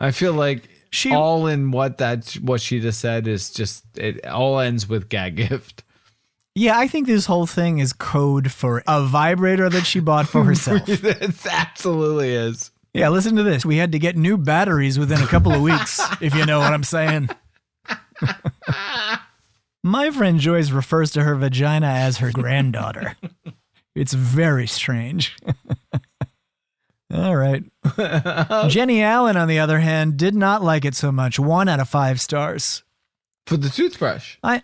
Speaker 2: I feel like
Speaker 1: She,
Speaker 2: all in what that what she just said is just it all ends with gag gift.
Speaker 1: yeah, I think this whole thing is code for a vibrator that she bought for herself.
Speaker 2: *laughs* it absolutely is. *laughs*
Speaker 1: Yeah, listen to this. We had to get new batteries within a couple of weeks, if you know what I'm saying. My friend Joyce refers to her vagina as her granddaughter. It's very strange. *laughs* All right. Jenny Allen, on the other hand, did not like it so much. One out of five stars.
Speaker 2: For the toothbrush.
Speaker 1: I,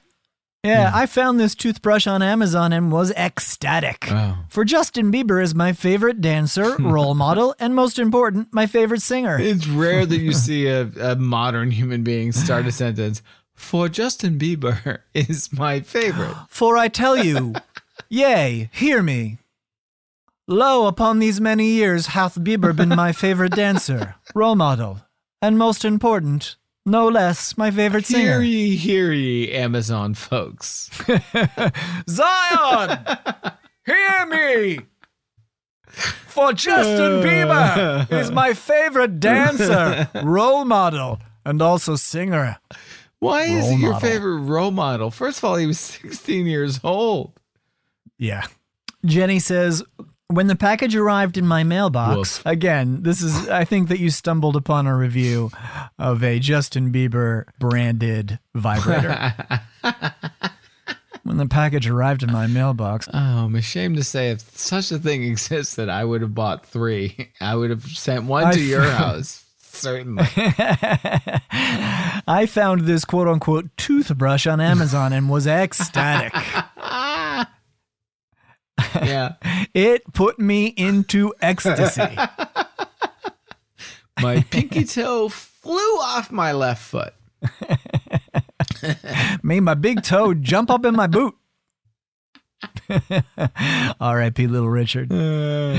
Speaker 1: yeah, I found this toothbrush on Amazon and was ecstatic.
Speaker 2: Oh.
Speaker 1: For Justin Bieber is my favorite dancer, role model, and most important, my favorite singer.
Speaker 2: It's rare
Speaker 1: *laughs*
Speaker 2: that you see a, a modern human being start a sentence. For Justin Bieber *laughs* is
Speaker 1: *gasps*
Speaker 2: my favorite.
Speaker 1: For I tell
Speaker 2: *laughs*
Speaker 1: you, yea, hear me. Lo, upon these many years hath Bieber been
Speaker 2: *laughs*
Speaker 1: my favorite dancer, role model, and most important, no less, my favorite
Speaker 2: Hear
Speaker 1: singer.
Speaker 2: ye, hear ye, Amazon folks.
Speaker 1: Zion, *laughs* hear me. For Justin Bieber is my favorite
Speaker 2: *laughs*
Speaker 1: dancer, role model, and also singer.
Speaker 2: Why is
Speaker 1: Role
Speaker 2: he your
Speaker 1: model.
Speaker 2: favorite role model? First of all, he was *laughs* 16 years old.
Speaker 1: Yeah. Jenny says, when the package arrived in my mailbox,
Speaker 2: Woof.
Speaker 1: again, this is, I think that you stumbled upon a review of a Justin Bieber branded vibrator. when the package arrived in my mailbox, *laughs*
Speaker 2: Oh, I'm ashamed to say if such a thing *laughs* existed, I would have bought three. *laughs* I would have sent one
Speaker 1: I *laughs*
Speaker 2: to your
Speaker 1: feel-
Speaker 2: house. Certainly.
Speaker 1: I found this quote unquote toothbrush on Amazon and was ecstatic.
Speaker 2: Ah!
Speaker 1: *laughs*
Speaker 2: yeah.
Speaker 1: It put me into ecstasy.
Speaker 2: My pinky toe flew off my left foot.
Speaker 1: Made my big toe jump up in my boot. *laughs* R.I.P. Little Richard. Hmm.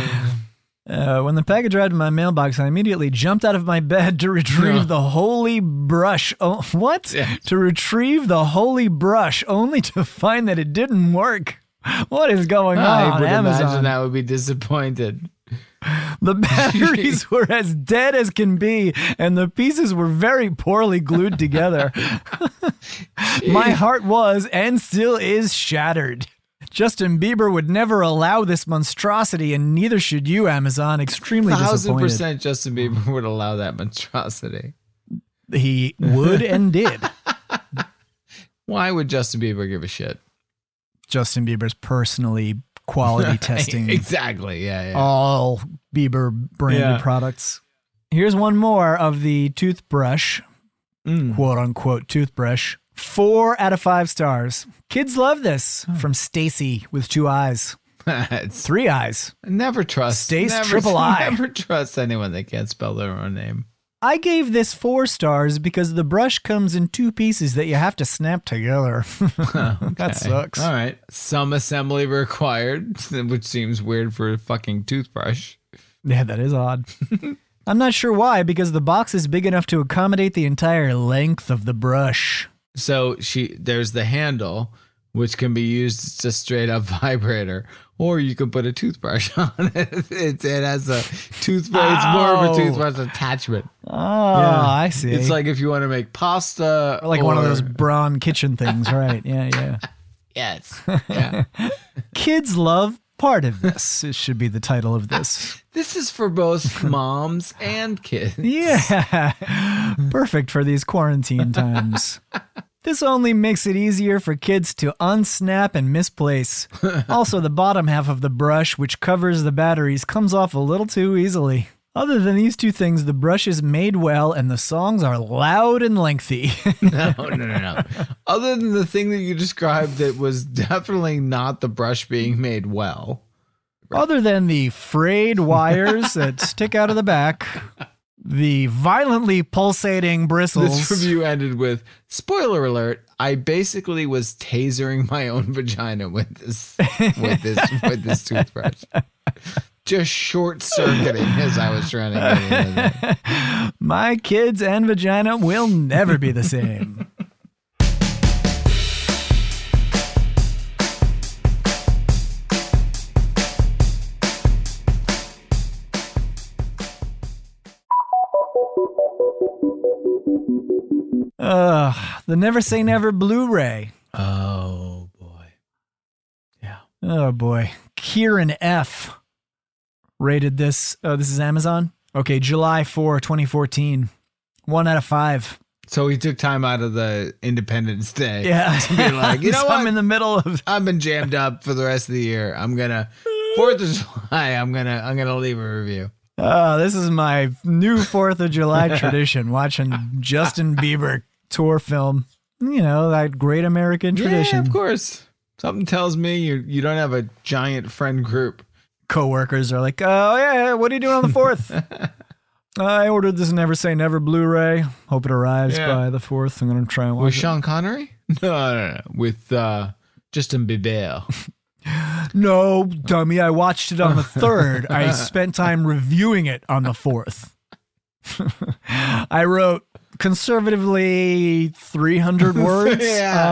Speaker 1: Uh, when the package arrived in my mailbox, I immediately jumped out of my bed to retrieve
Speaker 2: Yeah.
Speaker 1: the holy brush. Oh, what?
Speaker 2: Yeah.
Speaker 1: To retrieve the holy brush, only to find that it didn't work. What is going on
Speaker 2: Ah, I
Speaker 1: on
Speaker 2: would
Speaker 1: Amazon?
Speaker 2: imagine I would be disappointed. *laughs*
Speaker 1: The batteries were as dead as can be, and the pieces were very poorly glued together. *laughs* My heart was and still is shattered. Justin Bieber would never allow this monstrosity, and neither should you, Amazon. Extremely
Speaker 2: Thousand
Speaker 1: disappointed.
Speaker 2: percent Justin Bieber would allow that monstrosity.
Speaker 1: He would
Speaker 2: *laughs*
Speaker 1: and did.
Speaker 2: Why would Justin Bieber give a shit?
Speaker 1: Justin Bieber's personally quality testing
Speaker 2: exactly. Yeah. yeah.
Speaker 1: all Bieber branded
Speaker 2: Yeah.
Speaker 1: products. Here's one more of the toothbrush,
Speaker 2: Mm.
Speaker 1: quote unquote toothbrush. Four out of five stars. Kids love this from Stacy with two eyes,
Speaker 2: *laughs* It's-
Speaker 1: three eyes.
Speaker 2: never trust.
Speaker 1: Stace
Speaker 2: never, *laughs*
Speaker 1: triple I.
Speaker 2: Never trust anyone that can't spell their own name.
Speaker 1: I gave this four stars because the brush comes in two pieces that you have to snap
Speaker 2: *laughs*
Speaker 1: together. *laughs* That
Speaker 2: Okay.
Speaker 1: sucks.
Speaker 2: All right. Some assembly required, *laughs* which seems weird for a fucking toothbrush.
Speaker 1: Yeah, that is
Speaker 2: *laughs*
Speaker 1: odd. I'm not sure why, because the box is big enough to accommodate the entire length of the brush.
Speaker 2: So she there's the handle, which can be used as just straight up *laughs* vibrator, or you can put a toothbrush *laughs* on it. It, it has a toothbrush. It's more of
Speaker 1: Ow.
Speaker 2: a toothbrush attachment.
Speaker 1: Oh, I see.
Speaker 2: It's like if you want to make pasta,
Speaker 1: Or like one of
Speaker 2: or-
Speaker 1: those brawn kitchen things, right? Yeah, yeah. *laughs*
Speaker 2: Yes. Yeah.
Speaker 1: Kids love part of this. It should be the title of this.
Speaker 2: this is for both moms and kids.
Speaker 1: Yeah. Perfect for these quarantine times. This only makes it easier for kids to unsnap and misplace. Also, the bottom half of the brush, which covers the batteries, comes off a little too easily. Other than these two things, the brush is made well and the songs are loud and lengthy.
Speaker 2: *laughs*
Speaker 1: *laughs*
Speaker 2: No, no, no, no. Other than the thing that you described that was definitely not the brush being made well.
Speaker 1: Other than the
Speaker 2: *laughs*
Speaker 1: frayed wires that stick out of the back, the violently pulsating bristles.
Speaker 2: This review ended with spoiler alert. I basically was tasering my own *laughs* vagina with this with this with this toothbrush. Just short circuiting as I was trying to get
Speaker 1: *laughs*
Speaker 2: in. there.
Speaker 1: My kids and vagina will never be
Speaker 2: *laughs*
Speaker 1: the same. Ugh, the Never Say Never Blu ray.
Speaker 2: Oh boy.
Speaker 1: Oh boy. Kieran F rated this. Oh, this is Amazon. Okay, July 4, 2014. One out of five.
Speaker 2: So he took time out of the Independence Day.
Speaker 1: Yeah.
Speaker 2: To be
Speaker 1: *laughs*
Speaker 2: like, you know
Speaker 1: So
Speaker 2: what?
Speaker 1: I'm in the middle of
Speaker 2: I've been jammed up for the rest of the year. I'm gonna Fourth of July. I'm gonna I'm gonna leave a review.
Speaker 1: Oh, this is my new Fourth of
Speaker 2: *laughs*
Speaker 1: July tradition: watching Justin Bieber tour film. You know that great American tradition.
Speaker 2: Yeah, of course. Something tells me you you don't have a giant friend group.
Speaker 1: coworkers are like, "Oh yeah, what are you doing on the
Speaker 2: *laughs*
Speaker 1: fourth? I ordered this Never Say Never Blu-ray. Hope it arrives
Speaker 2: Yeah.
Speaker 1: by the fourth. I'm gonna try and
Speaker 2: With
Speaker 1: watch
Speaker 2: Sean Connery? *laughs* No, no, no. With uh, Justin Bieber.
Speaker 1: it. No, dummy, I watched it
Speaker 2: *laughs*
Speaker 1: on the third. I spent time reviewing it on the fourth. *laughs* I wrote conservatively
Speaker 2: *laughs*
Speaker 1: 300 words.
Speaker 2: Yeah,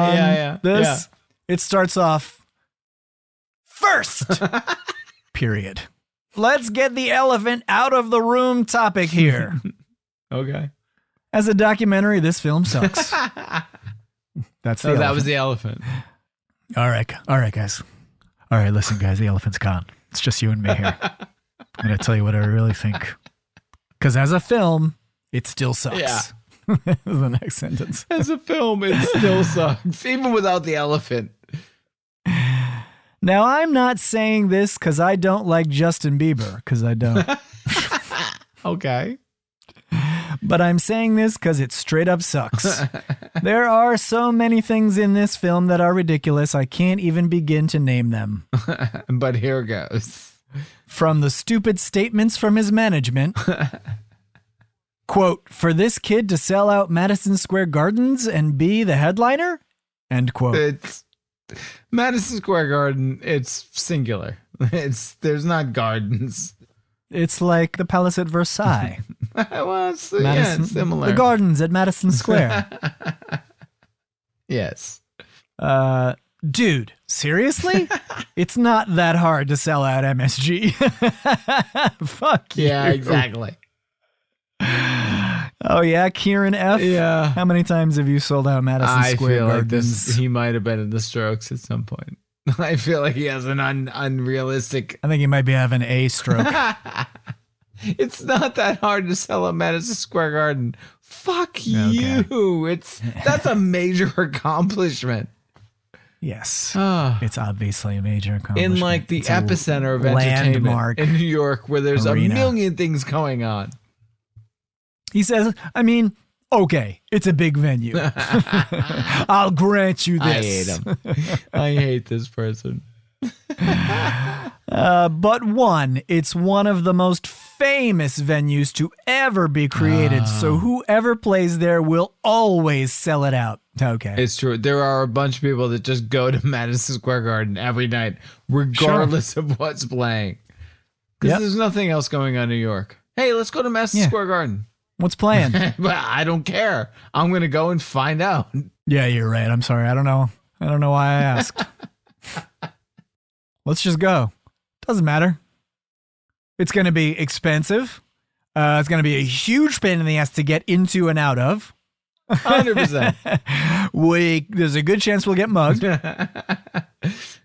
Speaker 1: on
Speaker 2: yeah, yeah,
Speaker 1: This
Speaker 2: yeah.
Speaker 1: it starts off first. *laughs* period. Let's get the elephant out of the room. Topic
Speaker 2: *laughs*
Speaker 1: here.
Speaker 2: *laughs* Okay.
Speaker 1: As a documentary, this film
Speaker 2: *laughs*
Speaker 1: sucks. That's the
Speaker 2: So Oh, that
Speaker 1: elephant.
Speaker 2: was the elephant. *laughs*
Speaker 1: all right, gu- all right, guys. All right, listen, guys. The elephant's gone. It's just you and me here. I'm gonna tell you what I really think. Because as a film, it still sucks. *laughs* is the next sentence.
Speaker 2: As a film, it *laughs* still sucks, even without the elephant.
Speaker 1: Now I'm not saying this because I don't like Justin Bieber, because I don't.
Speaker 2: Okay.
Speaker 1: but I'm saying this because it straight up sucks. there are so many things in this film that are ridiculous. I can't even begin to name them.
Speaker 2: But here goes.
Speaker 1: from the stupid statements from his
Speaker 2: *laughs*
Speaker 1: management. quote, for this kid to sell out Madison Square Gardens and be the headliner? End
Speaker 2: Oh.
Speaker 1: quote.
Speaker 2: It's Madison Square Garden. It's singular. *laughs* It's there's not gardens. *laughs*
Speaker 1: It's like the palace at Versailles.
Speaker 2: well, it's, yeah,
Speaker 1: Madison,
Speaker 2: it's similar.
Speaker 1: The gardens at Madison
Speaker 2: *laughs*
Speaker 1: Square.
Speaker 2: Yes.
Speaker 1: uh, dude,
Speaker 2: *laughs*
Speaker 1: seriously? it's not that hard to sell out MSG. *laughs* Fuck you.
Speaker 2: Yeah. Exactly.
Speaker 1: Oh, yeah, Kieran F.
Speaker 2: *laughs* Yeah.
Speaker 1: How many times have you sold out Madison
Speaker 2: I
Speaker 1: Square
Speaker 2: feel like
Speaker 1: Gardens?
Speaker 2: this. He might have been in the Strokes at some point. *laughs* I feel like he has an un, unrealistic.
Speaker 1: I think he might be having a stroke.
Speaker 2: *laughs* It's not that hard to sell a Madison Square Garden. Fuck you! It's that's a major *laughs* accomplishment.
Speaker 1: yes.
Speaker 2: Ah.
Speaker 1: It's obviously a major accomplishment.
Speaker 2: in like the
Speaker 1: It's a
Speaker 2: epicenter of
Speaker 1: landmark
Speaker 2: entertainment in New York, where there's
Speaker 1: arena.
Speaker 2: a million things going on.
Speaker 1: He says, I mean, okay, it's a big
Speaker 2: *laughs*
Speaker 1: venue. I'll grant you
Speaker 2: I
Speaker 1: this.
Speaker 2: hate him. *laughs* I hate this person.
Speaker 1: Uh, but one, it's one of the most famous venues to ever be created.
Speaker 2: Ah.
Speaker 1: So whoever plays there will always sell it out. Okay.
Speaker 2: It's true. There are a bunch of people that just go to *laughs* Madison Square Garden every night, regardless of what's playing, because
Speaker 1: Yep.
Speaker 2: there's nothing else going on in New York. Hey, let's go to Madison
Speaker 1: Yeah.
Speaker 2: Square Garden. *laughs*
Speaker 1: What's playing?
Speaker 2: but I don't care. I'm gonna go and find out. *laughs*
Speaker 1: yeah, you're right. I'm sorry. I don't know. I don't know why I
Speaker 2: *laughs*
Speaker 1: asked. Let's just go. Doesn't matter. It's going to be expensive. Uh, it's going to be a huge pain in the ass to get into and out of. *laughs*
Speaker 2: Hundred percent.
Speaker 1: we there's a good chance we'll get
Speaker 2: *laughs*
Speaker 1: mugged. *laughs*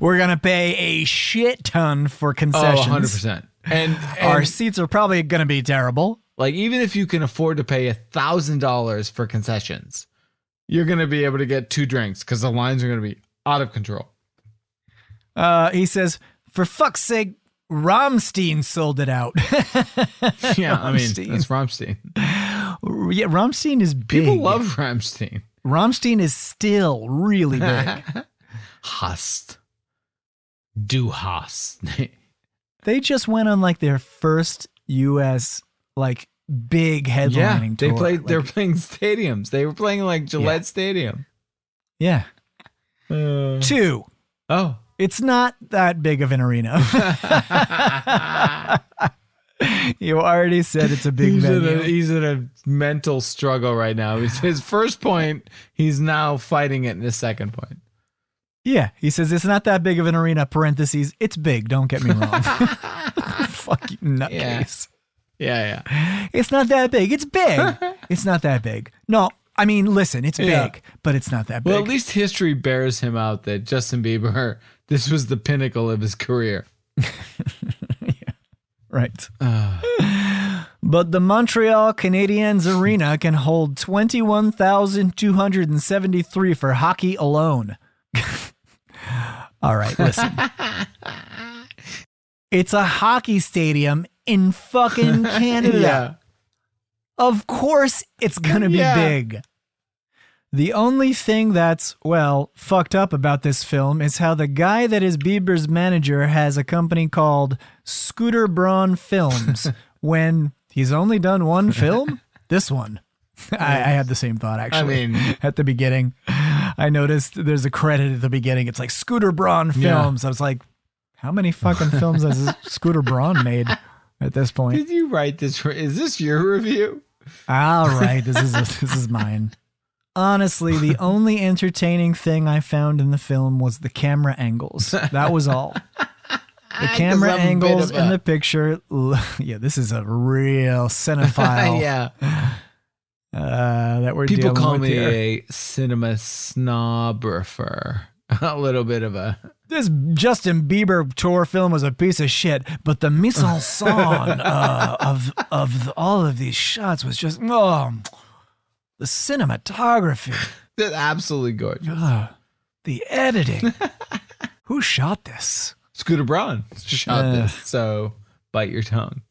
Speaker 1: We're gonna pay a shit ton for
Speaker 2: Oh,
Speaker 1: concessions.
Speaker 2: 100 percent. And, and
Speaker 1: Our seats are probably gonna be terrible.
Speaker 2: Like even if you can afford to pay a thousand dollars for concessions, you're gonna be able to get two drinks because the lines are gonna be out
Speaker 1: *laughs*
Speaker 2: of control. *laughs*
Speaker 1: Uh, he says, for fuck's sake, Romstein sold it out. *laughs*
Speaker 2: Yeah, I mean
Speaker 1: Rammstein.
Speaker 2: that's Rammstein.
Speaker 1: yeah, Romstein is big.
Speaker 2: People love Rammstein.
Speaker 1: Romstein is still really
Speaker 2: *laughs*
Speaker 1: big.
Speaker 2: Hast, du *laughs* hast.
Speaker 1: they just went on like their first U.S. like big headlining
Speaker 2: yeah, they
Speaker 1: tour.
Speaker 2: played. they're
Speaker 1: Like,
Speaker 2: playing stadiums. They were playing like Gillette Stadium.
Speaker 1: yeah.
Speaker 2: Uh,
Speaker 1: Two.
Speaker 2: oh,
Speaker 1: It's not that big of an
Speaker 2: *laughs*
Speaker 1: arena. *laughs* you already said it's a big
Speaker 2: he's in a,
Speaker 1: venue.
Speaker 2: he's in a mental struggle right now. He's, his first point, he's now fighting it in his second point.
Speaker 1: Yeah, he says it's not that big of an arena. Parentheses, it's big. Don't get me
Speaker 2: *laughs*
Speaker 1: wrong. Fuck you, nutcase.
Speaker 2: Yeah, yeah.
Speaker 1: It's not that big. It's
Speaker 2: *laughs*
Speaker 1: big. it's not that big. No, I mean, listen, it's
Speaker 2: Yeah.
Speaker 1: big, but it's not that big.
Speaker 2: Well, at least history bears him out that Justin Bieber, *laughs* this was the pinnacle of his career.
Speaker 1: Right. but the Montreal Canadiens
Speaker 2: *laughs*
Speaker 1: Arena can hold 21,273 for hockey *laughs*
Speaker 2: *laughs*
Speaker 1: alone. All right, listen. It's a hockey stadium in
Speaker 2: *laughs*
Speaker 1: fucking Canada.
Speaker 2: *laughs* yeah.
Speaker 1: Of course it's going to be
Speaker 2: Yeah.
Speaker 1: big. The only thing that's, well, fucked up about this film is how the guy that is Bieber's manager has a company called Scooter Braun
Speaker 2: *laughs*
Speaker 1: Films when he's only done one film? this
Speaker 2: *laughs*
Speaker 1: one. I, I had the same thought actually.
Speaker 2: mean-
Speaker 1: *laughs* at the beginning, I noticed there's a credit at the beginning. It's like Scooter Braun
Speaker 2: Yeah.
Speaker 1: Films. I was like, how many fucking films
Speaker 2: *laughs*
Speaker 1: has Scooter Braun made at this point?
Speaker 2: Did you write this? For, is this your review? *laughs*
Speaker 1: All right, this is this is mine. Honestly, the only entertaining thing I found in the film was the camera angles. That was
Speaker 2: *laughs*
Speaker 1: all. The camera
Speaker 2: I'm a bit
Speaker 1: angles
Speaker 2: of
Speaker 1: in
Speaker 2: a-
Speaker 1: the picture. l- Yeah, this is a real cinephile
Speaker 2: *laughs* yeah.
Speaker 1: uh, that we're
Speaker 2: People
Speaker 1: dealing
Speaker 2: call
Speaker 1: with
Speaker 2: me
Speaker 1: here.
Speaker 2: a cinema snobber. *laughs* A little bit of a.
Speaker 1: This Justin Bieber tour film was a piece of shit, but the mise en
Speaker 2: *laughs*
Speaker 1: scène uh, of of all of these shots was just oh, the cinematography.
Speaker 2: That's absolutely gorgeous.
Speaker 1: Ugh, the
Speaker 2: *laughs*
Speaker 1: editing. Who shot this?
Speaker 2: Scooter Braun shot
Speaker 1: Uh.
Speaker 2: this, so bite your tongue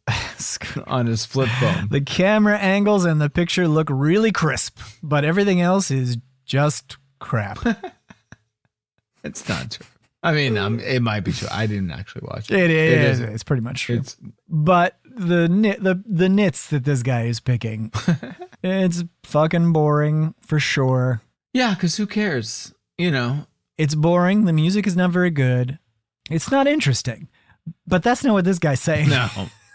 Speaker 2: on his
Speaker 1: *sighs*
Speaker 2: flip phone.
Speaker 1: the camera angles and the picture look really crisp, but everything else is just
Speaker 2: *laughs*
Speaker 1: crap.
Speaker 2: It's not true. I mean, um, it might be true. I didn't actually watch it.
Speaker 1: It is.
Speaker 2: isn't.
Speaker 1: it's pretty much true.
Speaker 2: It's
Speaker 1: but the nit, the the nits that this guy is
Speaker 2: *laughs*
Speaker 1: picking, it's fucking boring for sure.
Speaker 2: yeah, because who cares? You know,
Speaker 1: It's boring. The music is not very good. It's not interesting. But that's not what this guy's saying. *laughs*
Speaker 2: no.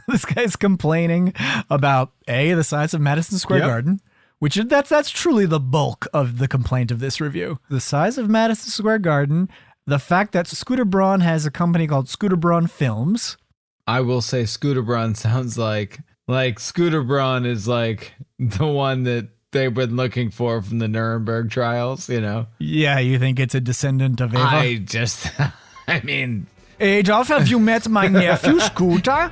Speaker 1: this guy's complaining about a the size of Madison Square
Speaker 2: Yep.
Speaker 1: Garden, which is- that's that's truly the bulk of the complaint of this review. The size of Madison Square Garden, the fact that Scooter Braun has a company called Scooter Braun Films.
Speaker 2: I will say Scooter Braun sounds like like Scooter Braun is like the one that they've been looking for from the Nuremberg trials, you know.
Speaker 1: Yeah, you think it's a descendant of Ava?
Speaker 2: I just *laughs* I mean
Speaker 1: Adolf, E, have you met my nephew Scooter?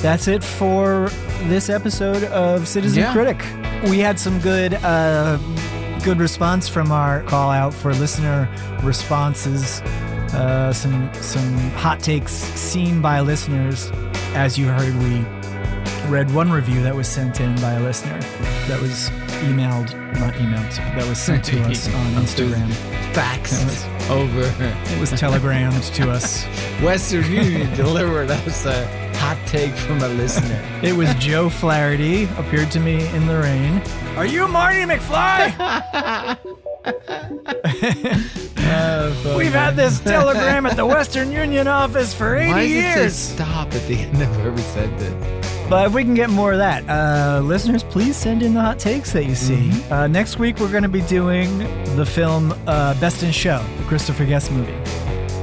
Speaker 1: That's it for this episode of Citizen
Speaker 2: Yeah.
Speaker 1: Critic. We had some good uh, good response from our call out for listener responses. Uh, some some hot takes seen by listeners. As you heard, we read one review that was sent in by a listener that was emailed, not emailed, that was sent to us on Instagram.
Speaker 2: faxed *laughs* over
Speaker 1: It was telegrammed to us.
Speaker 2: Western Union delivered us a hot take from a listener.
Speaker 1: It was Joe Flaherty appeared to me in the rain. Are you Marty
Speaker 2: *laughs*
Speaker 1: McFly? *laughs* We've had this telegram at the Western Union office for 80
Speaker 2: Oh, Why does it
Speaker 1: years.
Speaker 2: say stop at the end of every sentence?
Speaker 1: But if we can get more of that, uh, listeners, please send in the hot takes that you see.
Speaker 2: Mm-hmm.
Speaker 1: Uh, next week, we're going to be doing the film uh, Best in Show, the Christopher Guest movie,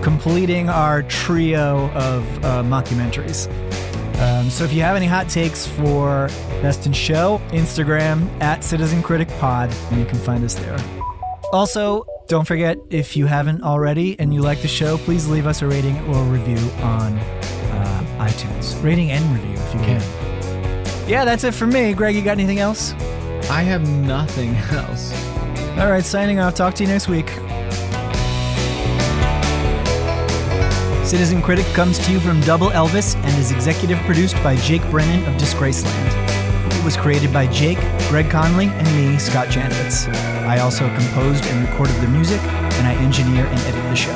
Speaker 1: completing our trio of uh, mockumentaries. Um, so if you have any hot takes for Best in Show, Instagram at Citizen Critic Pod, and you can find us there. Also, don't forget if you haven't already and you like the show, please leave us a rating or review on uh, iTunes. Rating and review if you can. Yeah, that's it for me. Greg, you got anything else?
Speaker 2: I have nothing *laughs* else.
Speaker 1: All right, signing off. Talk to you next week. Citizen Critic comes to you from Double Elvis and is executive produced by Jake Brennan of Disgraceland. It was created by Jake, Greg Conley, and me, Scott Janowitz. I also composed and recorded the music, and I engineer and edit the show.